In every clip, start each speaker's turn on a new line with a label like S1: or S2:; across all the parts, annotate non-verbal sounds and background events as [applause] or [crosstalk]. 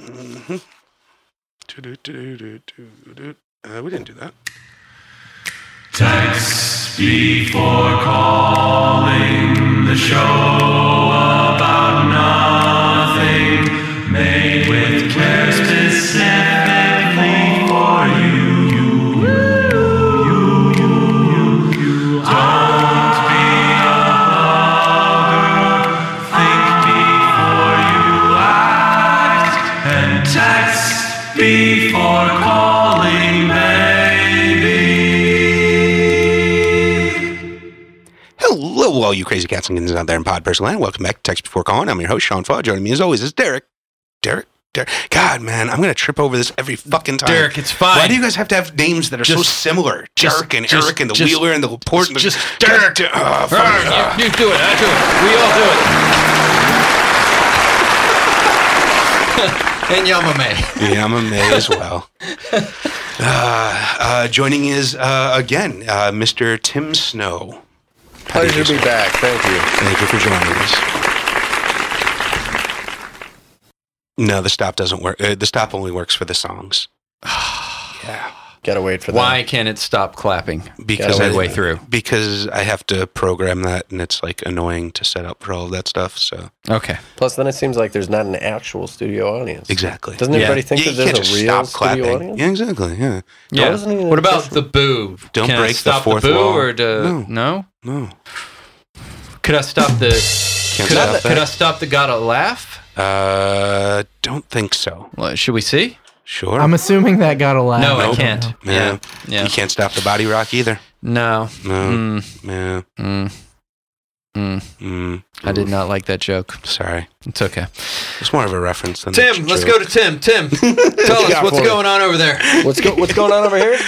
S1: Mhm. Do-do-do-do-do-do-do. Uh, we didn't do that.
S2: Text before calling the show about nothing made with care specifically for you. You, you, you, you, you. Don't be a blogger. Think before you act and text before calling, baby.
S1: Hello, all you crazy cats and kittens out there in pod person land. Welcome back to Text Before Calling. I'm your host, Sean Faw. Joining me as always is Derek. Derek? Derek. God, man, I'm going to trip over this every fucking time.
S3: Derek, it's fine.
S1: Why do you guys have to have names that are so
S3: Just-
S1: similar?
S3: just-
S1: Derek and
S3: just-
S1: Eric and the
S3: just-
S1: Wheeler and the Laporte and the...
S3: just Derek.
S1: God, ah, fuck, ah.
S3: you, you do it. I do it. We all do it. [laughs] and Yamame.
S1: yeah, I'm a May as
S3: [laughs]
S1: well. Uh, uh, joining is, uh, again, uh, Mr. Tim Snow.
S4: Pleasure to be back. Thank you.
S1: Thank you for joining us. No, the stop doesn't work. Uh, the stop only works for the
S4: [sighs]
S1: songs. yeah,
S4: Gotta wait for that.
S3: Why can't it stop clapping?
S1: because
S4: Gotta
S1: I,
S3: midway
S4: wait
S3: through.
S1: because I have to program that, and it's like annoying to set up for all of that stuff. So
S3: Okay.
S4: Plus, then it seems like there's not an actual studio audience.
S1: exactly.
S4: Doesn't
S3: Yeah.
S4: everybody think
S1: Yeah,
S4: that there's a real studio audience?
S1: Yeah, exactly. Yeah.
S3: Yeah.
S4: wasn't even
S3: What about
S4: different.
S3: the boo?
S1: Don't
S3: Can I
S1: break the
S3: stop
S1: fourth
S3: the boo
S1: wall.
S3: Or do,
S1: No.
S3: no.
S1: No.
S3: Could I stop the?
S1: Can't
S3: Could
S1: stop
S3: I, could I
S1: that.
S3: stop the? Gotta laugh.
S1: Uh, don't think so.
S3: Well, should we see?
S1: Sure.
S5: I'm assuming that got a laugh.
S3: No,
S1: Nope.
S3: I can't.
S1: yeah.
S3: Yeah.
S1: You can't stop the body rock either.
S3: No.
S1: No.
S3: Mm,
S1: Yeah.
S3: mm, mm.
S1: Mm.
S3: I did not like that joke.
S1: Sorry.
S3: It's okay.
S1: It's more of a reference than a
S3: Tim, let's
S1: joke.
S3: go to Tim. Tim, tell us
S4: got
S3: what's
S4: for me?
S3: going on over there.
S4: What's go- what's going on over here?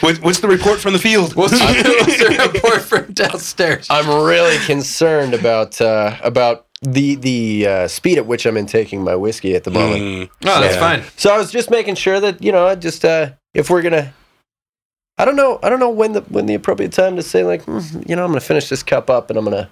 S1: What, what's the report from the field?
S3: What's, [laughs] what's the report from downstairs?
S4: [laughs] I'm really concerned about uh, about the the uh, speed at which I'm intaking my whiskey at the moment.
S1: Mm,
S3: No, that's
S1: Yeah.
S3: fine.
S4: So I was just making sure that you know, I just uh, if we're gonna, I don't know, I don't know when the when the appropriate time to say like, "Mm, you know, I'm gonna finish this cup up and I'm gonna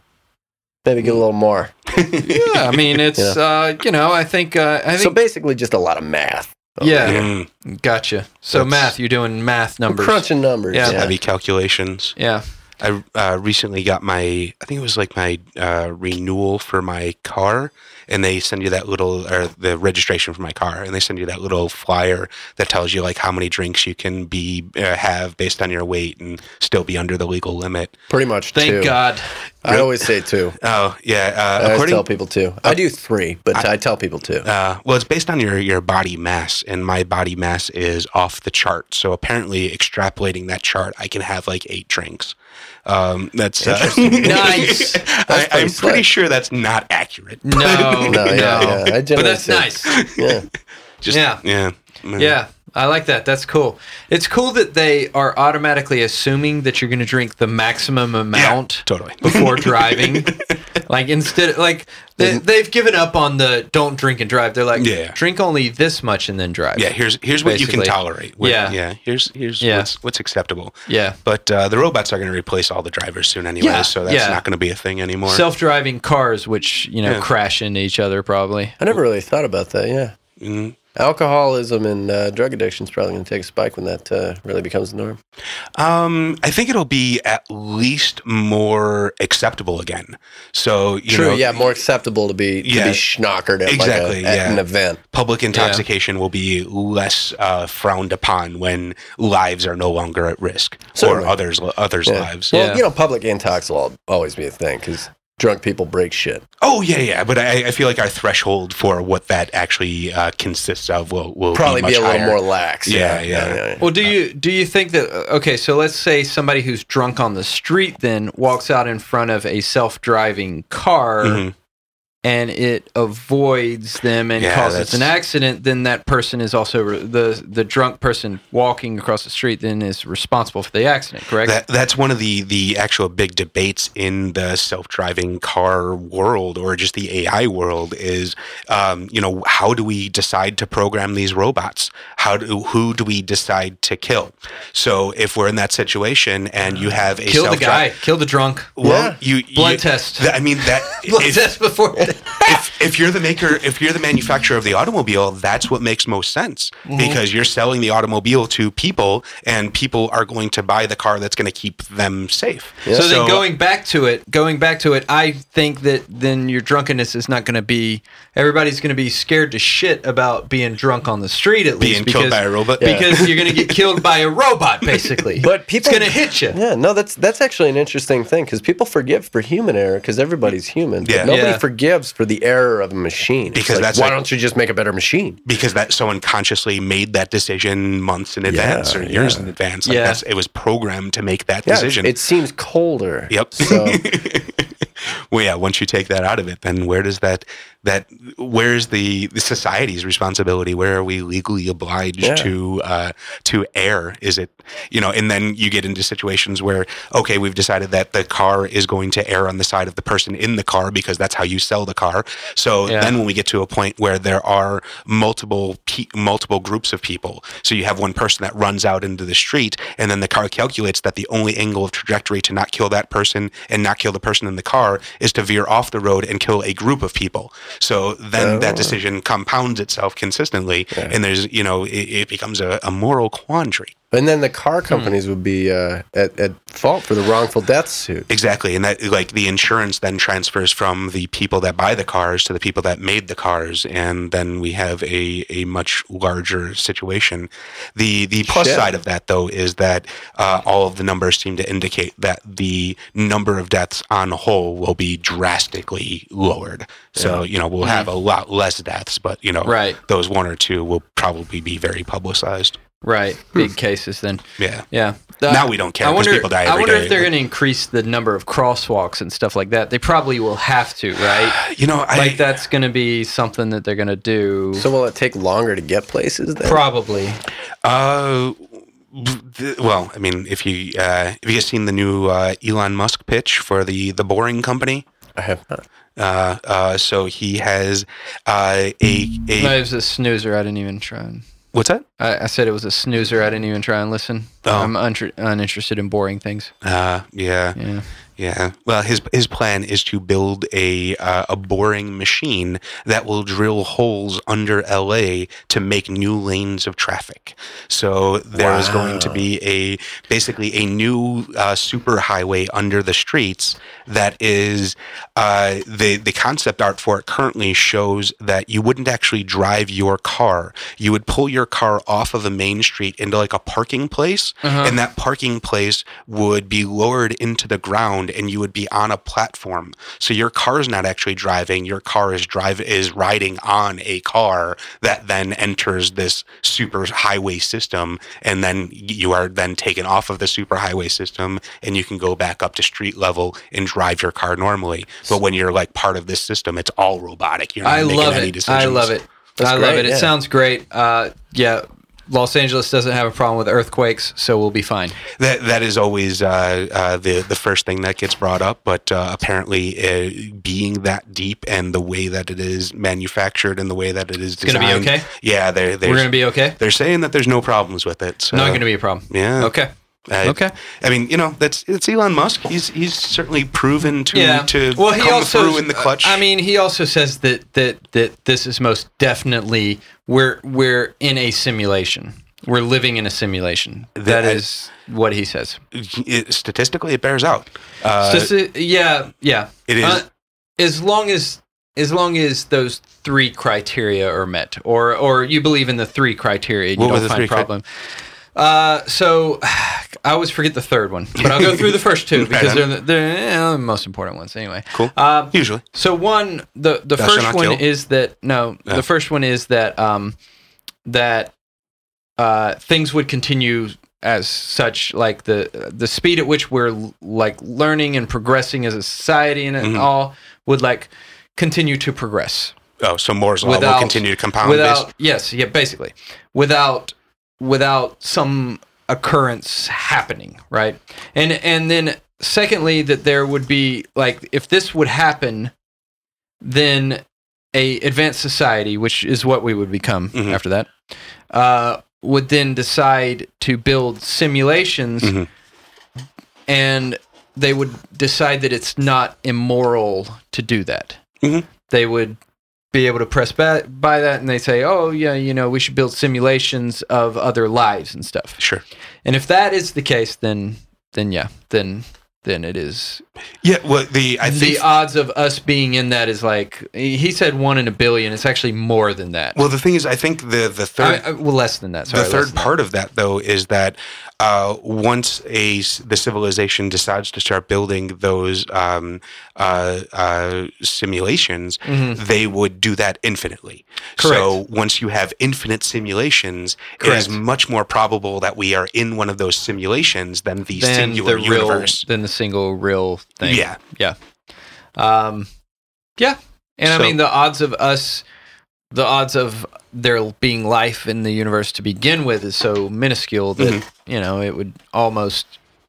S4: maybe get a little more.
S3: [laughs] Yeah, I mean, it's
S4: Yeah.
S3: uh, you know, I think uh, I
S4: So
S3: think
S4: basically, just a lot of math.
S3: yeah,
S1: mm,
S3: gotcha. So
S1: That's-
S3: math, you're doing math numbers.
S4: Crunching numbers.
S3: Yeah.
S1: Heavy calculations.
S3: Yeah,
S1: I uh, recently got my, I think it was like my uh, renewal for my car, and they send you that little, or the registration for my car, and they send you that little flyer that tells you like how many drinks you can be uh, have based on your weight and still be under the legal limit.
S4: Pretty much
S3: thank
S4: two.
S3: God.
S4: I always say two.
S1: Oh yeah,
S4: I
S1: uh,
S4: always
S1: according
S4: tell people two. I do three, but I, tell people two.
S1: Uh, well, it's based on your your body mass, and my body mass is off the chart. So apparently, extrapolating that chart, I can have like eight drinks. Um, that's uh,
S3: Nice.
S1: [laughs] I,
S4: pretty
S1: I'm pretty
S4: slick.
S1: sure that's not accurate.
S3: [laughs] No, no,
S4: no, yeah, yeah. I
S3: but
S4: generally
S3: that's
S4: say-
S3: nice.
S4: Yeah.
S1: [laughs] Just,
S3: Yeah.
S1: yeah,
S3: [laughs] Yeah, I like that. That's cool. It's cool that they are automatically assuming that you're going to drink the maximum amount
S1: totally. [laughs]
S3: before driving. like instead, like they, they've given up on the don't drink and drive. They're like,
S1: Yeah.
S3: drink only this much and then drive.
S1: Yeah, here's here's what you
S3: Basically.
S1: can tolerate. What-
S3: Yeah.
S1: yeah. Here's here's
S3: Yeah.
S1: what's what's acceptable.
S3: yeah.
S1: But uh, the robots are going to replace all the drivers soon, anyway.
S3: Yeah,
S1: So that's
S3: yeah.
S1: not going to be a thing anymore.
S3: Self-driving cars, which you know
S1: Yeah.
S3: crash into each other, probably.
S4: I never really thought about that. Yeah.
S1: Mhm.
S4: Alcoholism and uh, drug addiction is probably going to take a spike when that uh, really becomes the norm.
S1: Um, I think it'll be at least more acceptable again. So you
S4: True.
S1: know,
S4: yeah. More acceptable to be to
S1: Yeah.
S4: be schnockered at,
S1: Exactly,
S4: like a, at
S1: yeah.
S4: an event.
S1: public intoxication will be less uh, frowned upon when lives are no longer at risk
S4: Certainly.
S1: or others others
S4: Yeah.
S1: lives.
S4: Well,
S3: Yeah.
S4: you know, public intox will al- always be a thing because drunk people break shit.
S1: Oh yeah, yeah. But I, I feel like our threshold for what that actually uh, consists of will, will
S4: Probably be,
S1: much
S4: a little
S1: higher.
S4: more lax.
S1: Yeah, yeah.
S3: Well, do you do you think that uh, okay? So let's say somebody who's drunk on the street then walks out in front of a self-driving car.
S1: Mhm.
S3: and it avoids them and
S1: Yeah,
S3: causes
S1: that's-
S3: an accident, then that person is also re- the the drunk person walking across the street then is responsible for the accident, correct?
S1: That, that's one of the the actual big debates in the self driving car world, or just the AI world, is um, you know how do we decide to program these robots? How do who do we decide to kill? So if we're in that situation and you have a
S3: Uh, kill the
S1: self-dri-
S3: [laughs] guy, kill the drunk.
S1: well, you
S3: Blood
S1: you-
S3: test.
S1: th- I mean that
S3: [laughs] Blood
S1: if- [laughs]
S3: test before.
S1: if, if you're the maker, if you're the manufacturer of the automobile, that's what makes most sense because you're selling the automobile to people, and people are going to buy the car that's going to keep them safe.
S3: So, then going back to it, going back to it, I think that then your drunkenness is not going to be. Everybody's going to be scared to shit about being drunk on the street at
S1: being
S3: least
S1: killed by a
S3: [laughs]
S1: robot,
S3: because you're going to get killed by a
S1: [laughs]
S3: robot basically.
S4: But people-
S3: it's going to hit you.
S4: Yeah, no, that's that's actually an interesting thing because people forgive for human error because everybody's human. but
S1: Yeah.
S4: nobody
S3: Yeah.
S4: forgives for the error of a machine. It's
S1: Because
S4: like,
S1: that's
S4: why
S1: like-
S4: don't you just make a better machine?
S1: because that someone consciously made that decision months in advance or years in advance. Like
S3: Yeah.
S1: that's, it was programmed to make that
S4: Yeah,
S1: decision.
S4: it seems colder.
S1: Yep.
S4: So [laughs]
S1: [laughs] well, yeah. Once you take that out of it, then where does that that where is the, the society's responsibility? Where are we legally obliged
S4: Yeah.
S1: to uh, to err? Is it you know? And then you get into situations where okay, we've decided that the car is going to err on the side of the person in the car because that's how you sell the car. So
S3: Yeah.
S1: then when we get to a point where there are multiple pe- multiple groups of people, so you have one person that runs out into the street, and then the car calculates that the only angle of trajectory to not kill that person and not kill the person in the car is to veer off the road and kill a group of people. So then that decision compounds itself consistently, and there's you know it, it becomes a, a moral quandary.
S4: and then the car companies would be uh, at, at fault for the wrongful death suit.
S1: Exactly, and that like the insurance then transfers from the people that buy the cars to the people that made the cars, and then we have a a much larger situation. The the plus
S4: Shit.
S1: side of that though is that uh, all of the numbers seem to indicate that the number of deaths on the whole will be drastically lowered. So you know we'll have a lot less deaths, but you know
S3: Mm-hmm. Right.
S1: those one or two will probably be very publicized.
S3: Right, big cases then.
S1: Yeah.
S3: Yeah.
S1: Now we don't care
S3: I
S1: 'cause
S3: wonder-
S1: people die
S3: I
S1: every
S3: wonder
S1: day.
S3: if they're going to increase the number of crosswalks and stuff like that. They probably will have to, right?
S1: You know, I,
S3: like that's going to be something that they're going to do.
S4: So will it take longer to get places? Then?
S3: probably.
S1: Uh, th- well, I mean, if you uh, have you guys seen the new uh, Elon Musk pitch for the the Boring Company?
S4: I have not.
S1: Uh, uh, so he has uh, a a
S3: No, it was a snoozer. I didn't even try. And,
S1: what's that?
S3: I, I said it was a snoozer. I didn't even try and listen.
S1: Oh.
S3: I'm uninter- uninterested in boring things.
S1: Uh, yeah,
S3: Yeah.
S1: yeah. Well, his his plan is to build a uh, a boring machine that will drill holes under LA to make new lanes of traffic. So there is going to be a basically a new uh, super highway under the streets that is uh, the the concept art for it currently shows that you wouldn't actually drive your car. You would pull your car off of a main street into like a parking place,
S3: Uh-huh.
S1: and that parking place would be lowered into the ground, and you would be on a platform. So your car is not actually driving. Your car is drive is riding on a car that then enters this super highway system, and then you are then taken off of the super highway system, and you can go back up to street level and drive your car normally. But when you're like part of this system, it's all robotic. You're not
S3: I
S1: making
S3: love
S1: any
S3: it.
S1: Decisions.
S3: I love it.
S4: That's
S3: I love
S4: great,
S3: it. It
S4: yeah.
S3: sounds great. Uh, yeah. Los Angeles doesn't have a problem with earthquakes, so we'll be fine.
S1: That that is always uh, uh, the the first thing that gets brought up, but uh, apparently, uh, being that deep and the way that it is manufactured and the way that it is
S3: gonna
S1: designed,
S3: be okay?
S1: Yeah, they're they're
S3: We're going to be okay.
S1: they're saying that there's no problems with it. So,
S3: Not going to be a problem.
S1: Uh, Yeah.
S3: Okay.
S1: I,
S3: okay.
S1: I mean, you know, that's it's Elon Musk. He's he's certainly proven to to come through in the clutch.
S3: uh, I mean, he also says that that that this is most definitely we're we're in a simulation. We're living in a simulation.
S1: That-
S3: that is what he says.
S1: it, statistically, it bears out. Uh,
S3: So, so- yeah, yeah. Uh,
S1: it is-
S3: as long as as long as those three criteria are met, or or you believe in the three criteria, you
S1: What were the
S3: don't find
S1: three cri-
S3: problem. uh, so [sighs] I always forget the third one, but I'll go through the
S1: [laughs]
S3: first two because
S1: on.
S3: they're the, they're eh, the most important ones anyway.
S1: Cool.
S3: Um,
S1: usually,
S3: so one, the the
S1: Thou shalt
S3: first
S1: not
S3: one
S1: kill.
S3: is that no,
S1: Yeah.
S3: the first one is that um that uh things would continue as such like the the speed at which we're l- like learning and progressing as a society and
S1: Mhm.
S3: all would like continue to progress
S1: oh, so Moore's law will
S3: Without-
S1: continue to compound.
S3: without
S1: based-
S3: yes yeah basically without without some occurrence happening right and and then secondly that there would be like if this would happen then a advanced society which is what we would become
S1: Mhm.
S3: after that uh, would then decide to build simulations
S1: Mhm.
S3: and they would decide that it's not immoral to do that
S1: Mhm.
S3: they would be able to press ba- by that and they say, oh, yeah, you know, we should build simulations of other lives and stuff.
S1: Sure.
S3: And if that is the case, then, then yeah, then, then it is.
S1: Yeah. Well, the I think
S3: the odds of us being in that is like, he said one in a billion. It's actually more than that.
S1: well the thing is I think the the third
S3: I- I- well, less than that. Sorry,
S1: the
S3: less
S1: third
S3: than that.
S1: part of that, though, is that uh, once a s- the civilization decides to start building those um, uh, uh, simulations, they would do that infinitely. So
S3: Mm-hmm. Correct.
S1: once you have infinite simulations, it is
S3: Correct.
S1: much more probable that we are in one of those simulations than the
S3: than
S1: Mm-hmm. singular
S3: the real,
S1: universe.
S3: than the single real thing.
S1: Yeah.
S3: yeah, um, yeah. And
S1: So-
S3: I mean, the odds of us, the odds of there being life in the universe to begin with, is so minuscule that
S1: Mm-hmm.
S3: you know it would almost.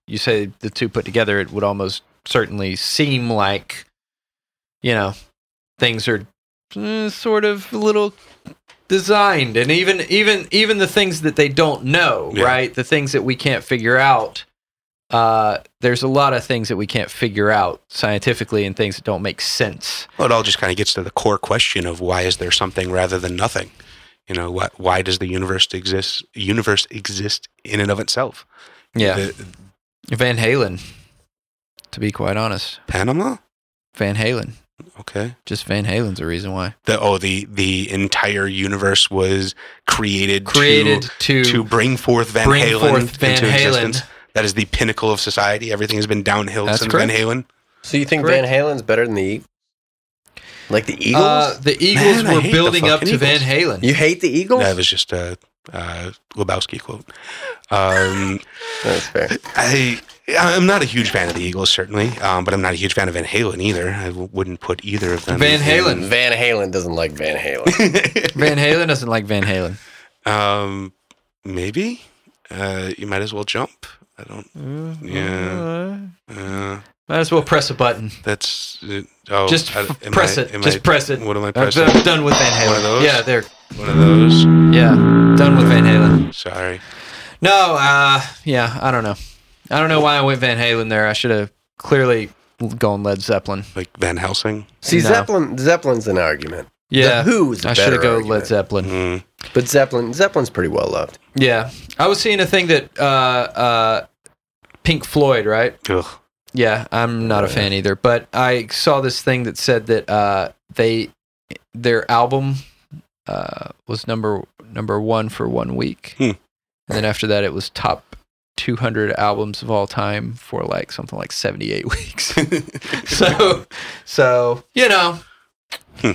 S3: You say the two put together, it would almost certainly seem like, you know, things are eh, sort of a little designed and even even even the things that they don't know
S1: Yeah.
S3: right the things that we can't figure out uh there's a lot of things that we can't figure out scientifically and things that don't make sense
S1: Well, it all just kind of gets to the core question of why is there something rather than nothing? You know, why, why does the universe exist? Universe exist in and of itself.
S3: yeah
S1: The-
S3: van halen to be quite honest
S1: Panama.
S3: van halen
S1: Okay.
S3: just van halen's the reason why
S1: the oh the the entire universe was created
S3: created
S1: to,
S3: to,
S1: to bring forth Van
S3: bring
S1: Halen
S3: forth Van
S1: into
S3: Halen.
S1: existence. That is the pinnacle of society. Everything has been downhill
S3: That's
S1: since
S3: correct.
S1: Van Halen.
S4: So you think
S3: Correct.
S4: Van Halen's better than the Eagles? Like the Eagles?
S3: uh, the eagles
S1: Man, I
S3: were
S1: hate the
S3: building up to
S1: fucking
S3: van
S1: Eagles.
S3: halen
S4: you hate the Eagles?
S1: That was just a uh, Lebowski quote. Um, [laughs]
S4: That's fair.
S1: I I'm not a huge fan of the Eagles certainly, um, but I'm not a huge fan of Van Halen either. I w- wouldn't put either of them.
S3: Van Halen.
S4: Van Halen doesn't like Van Halen.
S1: [laughs]
S3: van halen doesn't like van halen
S1: Um, maybe uh, you might as well jump. I don't. Yeah. Uh,
S3: might as well press a button
S1: That's uh, oh,
S3: Just
S1: I-
S3: f-
S1: am
S3: press
S1: I-
S3: it.
S1: am
S3: Just
S1: I-
S3: press it.
S1: What am I
S3: I'm
S1: pressing?
S3: done with Van Halen.
S1: One of those?
S3: Yeah, there.
S1: One of those.
S3: Yeah, done with Van Halen.
S1: Sorry.
S3: No, uh, yeah, I don't know. I don't know why I went Van Halen there. I should have clearly gone Led Zeppelin.
S1: Like Van Helsing.
S4: See,
S3: No.
S4: Zeppelin Zeppelin's an argument.
S3: Yeah,
S4: The Who's the
S3: I should
S4: better
S3: have go
S4: argument.
S3: Led Zeppelin.
S1: Mm.
S4: But Zeppelin Zeppelin's pretty well loved.
S3: Yeah, I was seeing a thing that uh, uh, Pink Floyd, right?
S1: Ugh.
S3: Yeah, I'm not a fan either. But I saw this thing that said that uh, they their album uh, was number number one for one week,
S1: Hmm.
S3: and then after that, it was top 200 albums of all time for like something like 78
S1: [laughs]
S3: [laughs] weeks. so, so you know,
S1: Hmm.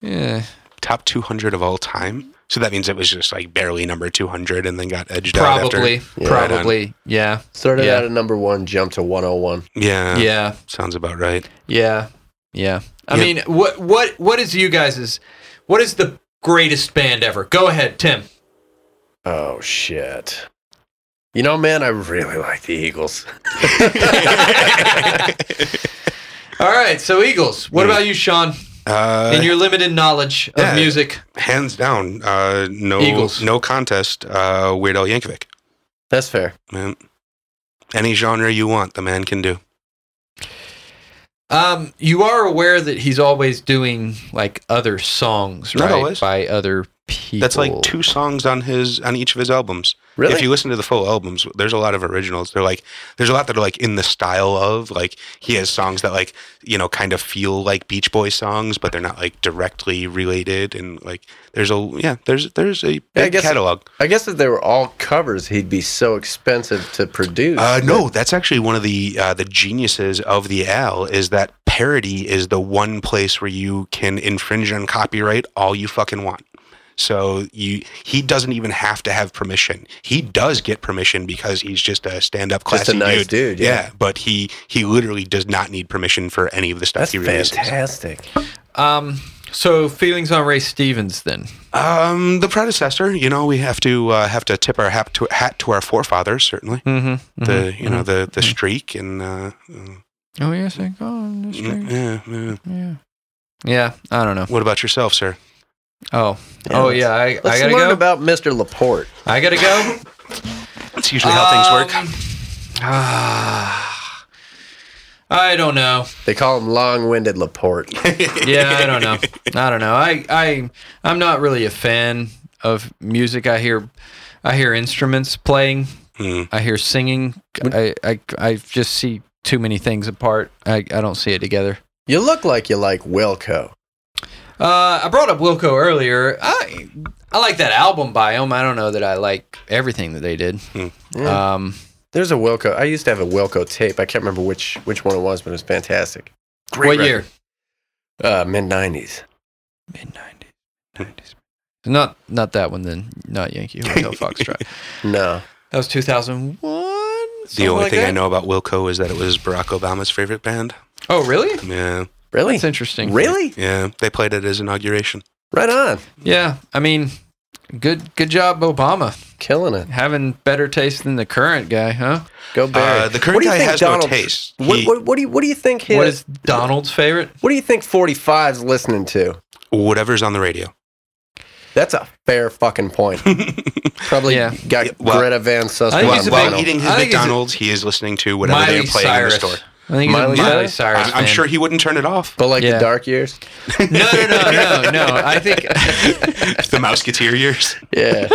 S3: yeah,
S1: Top 200 of all time. So that means it was just like barely number 200 and then got edged out.
S3: probably,
S1: after-
S4: Yeah.
S3: probably, yeah,
S4: Started
S3: Yeah.
S4: out at number one, jumped to 101.
S1: Yeah.
S3: yeah.
S1: Sounds about right.
S3: Yeah, yeah. I
S1: Yeah.
S3: mean, what what what is you guys' what is the greatest band ever? Go ahead, Tim.
S1: [laughs]
S4: Oh, shit. You know, man, I really like
S3: [laughs]
S4: the Eagles.
S3: All right, so Eagles. What about you, Sean?
S1: Uh,
S3: In your limited knowledge of
S1: yeah.
S3: music,
S1: hands down, uh, no
S3: Eagles.
S1: no contest, uh, Weird Al Yankovic.
S4: That's fair.
S1: Man. Any genre you want, the man can do.
S3: um, you are aware that he's always doing like other songs,
S1: Not
S3: right?
S1: always.
S3: By other people.
S1: That's like two songs on his on each of his albums.
S4: Really?
S1: If you listen to the full albums, there's a lot of originals. They're like there's a lot that are like in the style of like he has songs that like you know kind of feel like Beach Boy songs, but they're not like directly related. And like there's a yeah there's there's a big
S4: I guess-
S1: catalog.
S4: I guess if they were all covers, he'd be so expensive to produce.
S1: Uh, no, that's actually one of the uh, the geniuses of the Al is that parody is the one place where you can infringe on copyright all you fucking want. So you he doesn't even have to have permission. He does get permission because he's just a stand up classy
S4: Just a nice dude, yeah.
S1: but he he literally does not need permission for any of the stuff
S4: That's
S1: he releases.
S4: fantastic.
S3: Um, so feelings on Ray Stevens then.
S1: Um, the predecessor, you know, we have to uh, have to tip our hat to, hat to our forefathers certainly.
S3: Mm-hmm.
S1: The you know the the streak and uh, mm,
S3: Oh yes, I go on the street.
S1: yeah, yeah.
S3: Yeah. Yeah, I don't know.
S1: What about yourself, sir?
S3: Oh,
S4: Yeah,
S3: oh
S4: let's-
S3: yeah, I, I
S4: Let's
S3: gotta
S4: learn
S3: go.
S4: about Mr. Laporte.
S3: I gotta go.
S1: Um, It's usually how things work.
S3: Um, ah. [sighs] I don't know.
S4: They call him long-winded
S3: [laughs]
S4: Laporte.
S3: Yeah, I don't know. I don't know. I I I'm not really a fan of music. I hear I hear instruments playing.
S1: Mm.
S3: I hear singing. I I, I just see too many things apart. I, I don't see it together.
S4: You look like you like Wilco.
S3: Uh, I brought up Wilco earlier. I I like that album by him. I don't know that I like everything that they did.
S4: Yeah.
S3: Um,
S4: There's a Wilco. I used to have a Wilco tape. I can't remember which which one it was, but it was fantastic. Great
S3: what
S4: record.
S3: year?
S4: Uh, Mid '90s.
S3: Mid nineties.
S1: Hmm.
S3: Nineties. Not not that one then. Not Yankee
S1: [laughs]
S3: Hotel Foxtrot.
S4: No,
S3: That was two thousand one.
S1: The only thing I know about Wilco is that it was Barack Obama's favorite band.
S3: Oh really?
S1: Yeah,
S4: really,
S3: That's interesting.
S4: really,
S1: yeah. They played it as inauguration.
S4: right on,
S3: Yeah. I mean, good good job, Obama,
S4: killing it.
S3: having better taste than the current guy, huh?
S4: Go Barry.
S1: Uh, the current
S4: What do you
S1: guy
S4: think
S1: has
S4: Donald-
S1: no taste.
S4: What,
S1: He-
S4: what, what do you What do you think? His,
S3: What is Donald's favorite?
S4: What do you think 45's listening to?
S1: whatever's on the radio.
S4: That's a fair
S1: [laughs]
S4: fucking point. Probably
S3: Yeah.
S4: got
S1: Yeah, well-
S4: Greta Van
S3: I think
S4: Susteren.
S1: While,
S3: he's a
S1: while
S3: big-
S1: eating his
S3: I think he's a-
S1: McDonald's, he is listening to whatever
S3: Miley
S1: they're playing
S3: Cyrus.
S1: in the store.
S3: I think he's
S4: Miley
S3: a Miley
S4: Cyrus?
S3: Cyrus.
S1: I, am
S3: fan.
S1: sure he wouldn't turn it
S3: [laughs]
S1: off.
S4: but like
S3: Yeah.
S4: the dark years.
S3: No, no, no, no,
S1: [laughs]
S3: no. I think
S1: the Mouseketeer years.
S4: Yeah.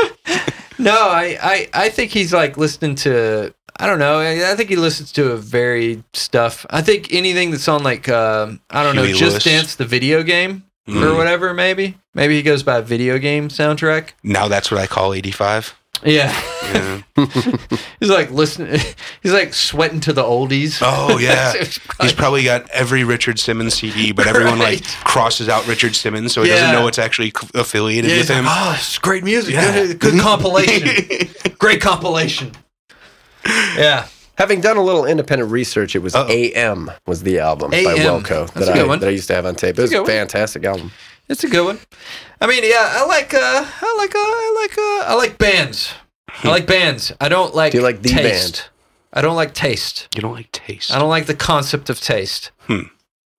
S3: no. I, I, I think he's like listening to. I don't know. I I think he listens to a varied stuff. I think anything that's on like um I don't know,
S1: Huey
S3: Just
S1: Lewis.
S3: Dance the video game or
S1: Mm.
S3: whatever. Maybe maybe he goes by video game soundtrack.
S1: Now that's what I call 85.
S3: Yeah,
S1: Yeah.
S3: [laughs] he's like listening. [laughs] He's like sweating to the oldies.
S1: Oh,
S3: [laughs]
S1: yeah. He's
S3: He's-
S1: probably got every Richard Simmons CD, but everyone like
S3: Right.
S1: crosses out Richard Simmons, so he
S3: Yeah.
S1: doesn't know it's actually c- affiliated
S3: yeah,
S1: with
S3: he's like,
S1: him.
S3: oh, it's great music.
S1: Yeah.
S3: Good, good compilation.
S1: [laughs]
S3: great compilation. Yeah.
S4: Having done a little independent research, it was
S1: Uh-oh.
S4: AM was the album by
S3: AM.
S4: Wilco
S3: That's
S4: that
S3: a good
S4: I,
S3: one.
S4: that I used to have on tape. It was
S3: good
S4: a
S3: one.
S4: fantastic album.
S3: It's a good one. I mean, yeah, I like, uh, I like, uh, I like, uh, I like bands. I like bands. I don't like.
S4: Do you like the band?
S3: I don't like taste.
S1: You don't like taste.
S3: I
S1: I
S3: don't like the concept of taste.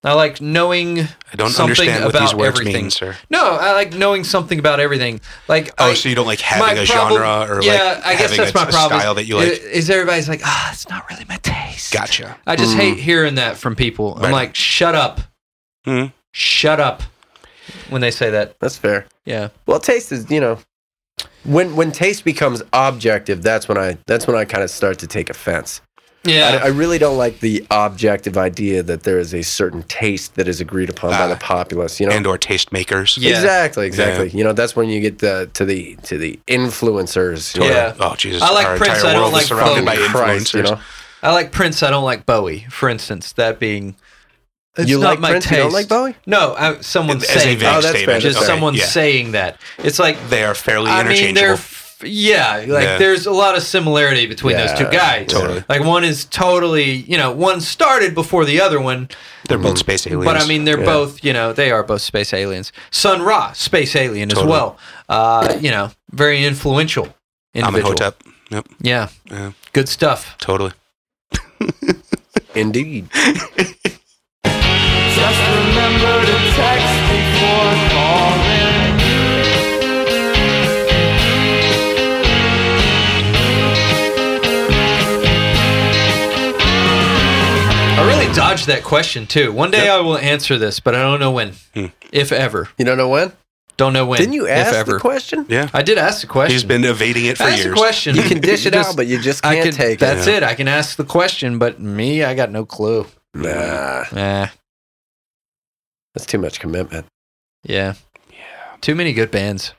S3: I like knowing.
S1: Hmm. don't
S3: something
S1: understand what these
S3: about
S1: words
S3: everything.
S1: mean, sir.
S3: No, I like knowing something about everything. Like,
S1: Oh,
S3: I,
S1: so you don't like having
S3: my
S1: a
S3: problem-
S1: genre or
S3: yeah,
S1: like
S3: I guess
S1: having
S3: that's
S1: a,
S3: my
S1: a
S3: problem.
S1: style that you like?
S3: Is, is everybody's like, ah, it's not really my taste.
S1: gotcha.
S3: I just hate hearing that from people. I'm
S1: Hmm. Right.
S3: like, shut up,
S1: Mm.
S3: shut up, when they say that.
S4: That's fair.
S3: Yeah.
S4: Well, taste is you know, when when taste becomes objective, that's when I that's when I kind of start to take offense. I, I
S3: Yeah.
S4: really don't like the objective idea that there is a certain taste that is agreed upon by
S1: Ah.
S4: the populace. You know,
S1: And or taste makers.
S3: Yeah.
S4: exactly, exactly. You know, that's when you get the, to the to the influencers. you know,
S3: Yeah.
S1: Oh Jesus!
S3: I like
S1: Our
S3: Prince,
S1: entire
S3: I don't
S1: world
S3: like
S1: is surrounded by
S3: Bowie.
S4: Christ,
S1: influencers.
S4: you know,
S3: I like Prince. I don't like Bowie, for instance. That being, it's
S4: you
S3: not
S4: like
S3: my
S4: Prince,
S3: taste.
S4: you don't like Bowie.
S3: No, I, someone
S1: As a
S3: saying
S1: vague
S4: Oh, that's fair,
S1: statement,
S4: that's
S3: just
S4: fair.
S3: someone
S1: yeah.
S3: saying that. It's like
S1: they are fairly
S3: I mean,
S1: interchangeable.
S3: they're f- yeah, like
S1: Yeah.
S3: there's a lot of similarity between those two
S4: Yeah,
S3: guys.
S1: totally.
S3: Like one is totally, you know, one started before the other one,
S1: They're both space aliens.
S3: but I mean, they're
S4: Yeah.
S3: both, you know, they are both space aliens. Sun Ra, space alien
S1: Totally.
S3: as well. Uh, you know, very influential individual.
S1: Amenhotep. Yep,
S3: Yeah,
S1: Yeah.
S3: good stuff.
S1: totally.
S4: Indeed.
S2: Just remember to text before calling.
S3: I really dodged that question too. One day I will answer this, but I don't know when,
S1: Hmm.
S3: if ever.
S4: You don't know when?
S3: Don't know when.
S4: Didn't you
S3: if
S4: ask
S3: ever.
S4: the question?
S1: Yeah,
S3: I did ask the question.
S1: he's been evading it for
S3: ask the
S1: years.
S3: question.
S4: You can dish
S3: [laughs]
S4: it
S3: Just-
S4: out, but you just
S3: I
S4: can't
S3: can
S4: take
S3: That's
S4: it.
S3: it. I can ask the question, but me, I got no clue.
S4: Nah,
S3: Nah.
S4: that's too much commitment.
S3: Yeah. Too many good bands.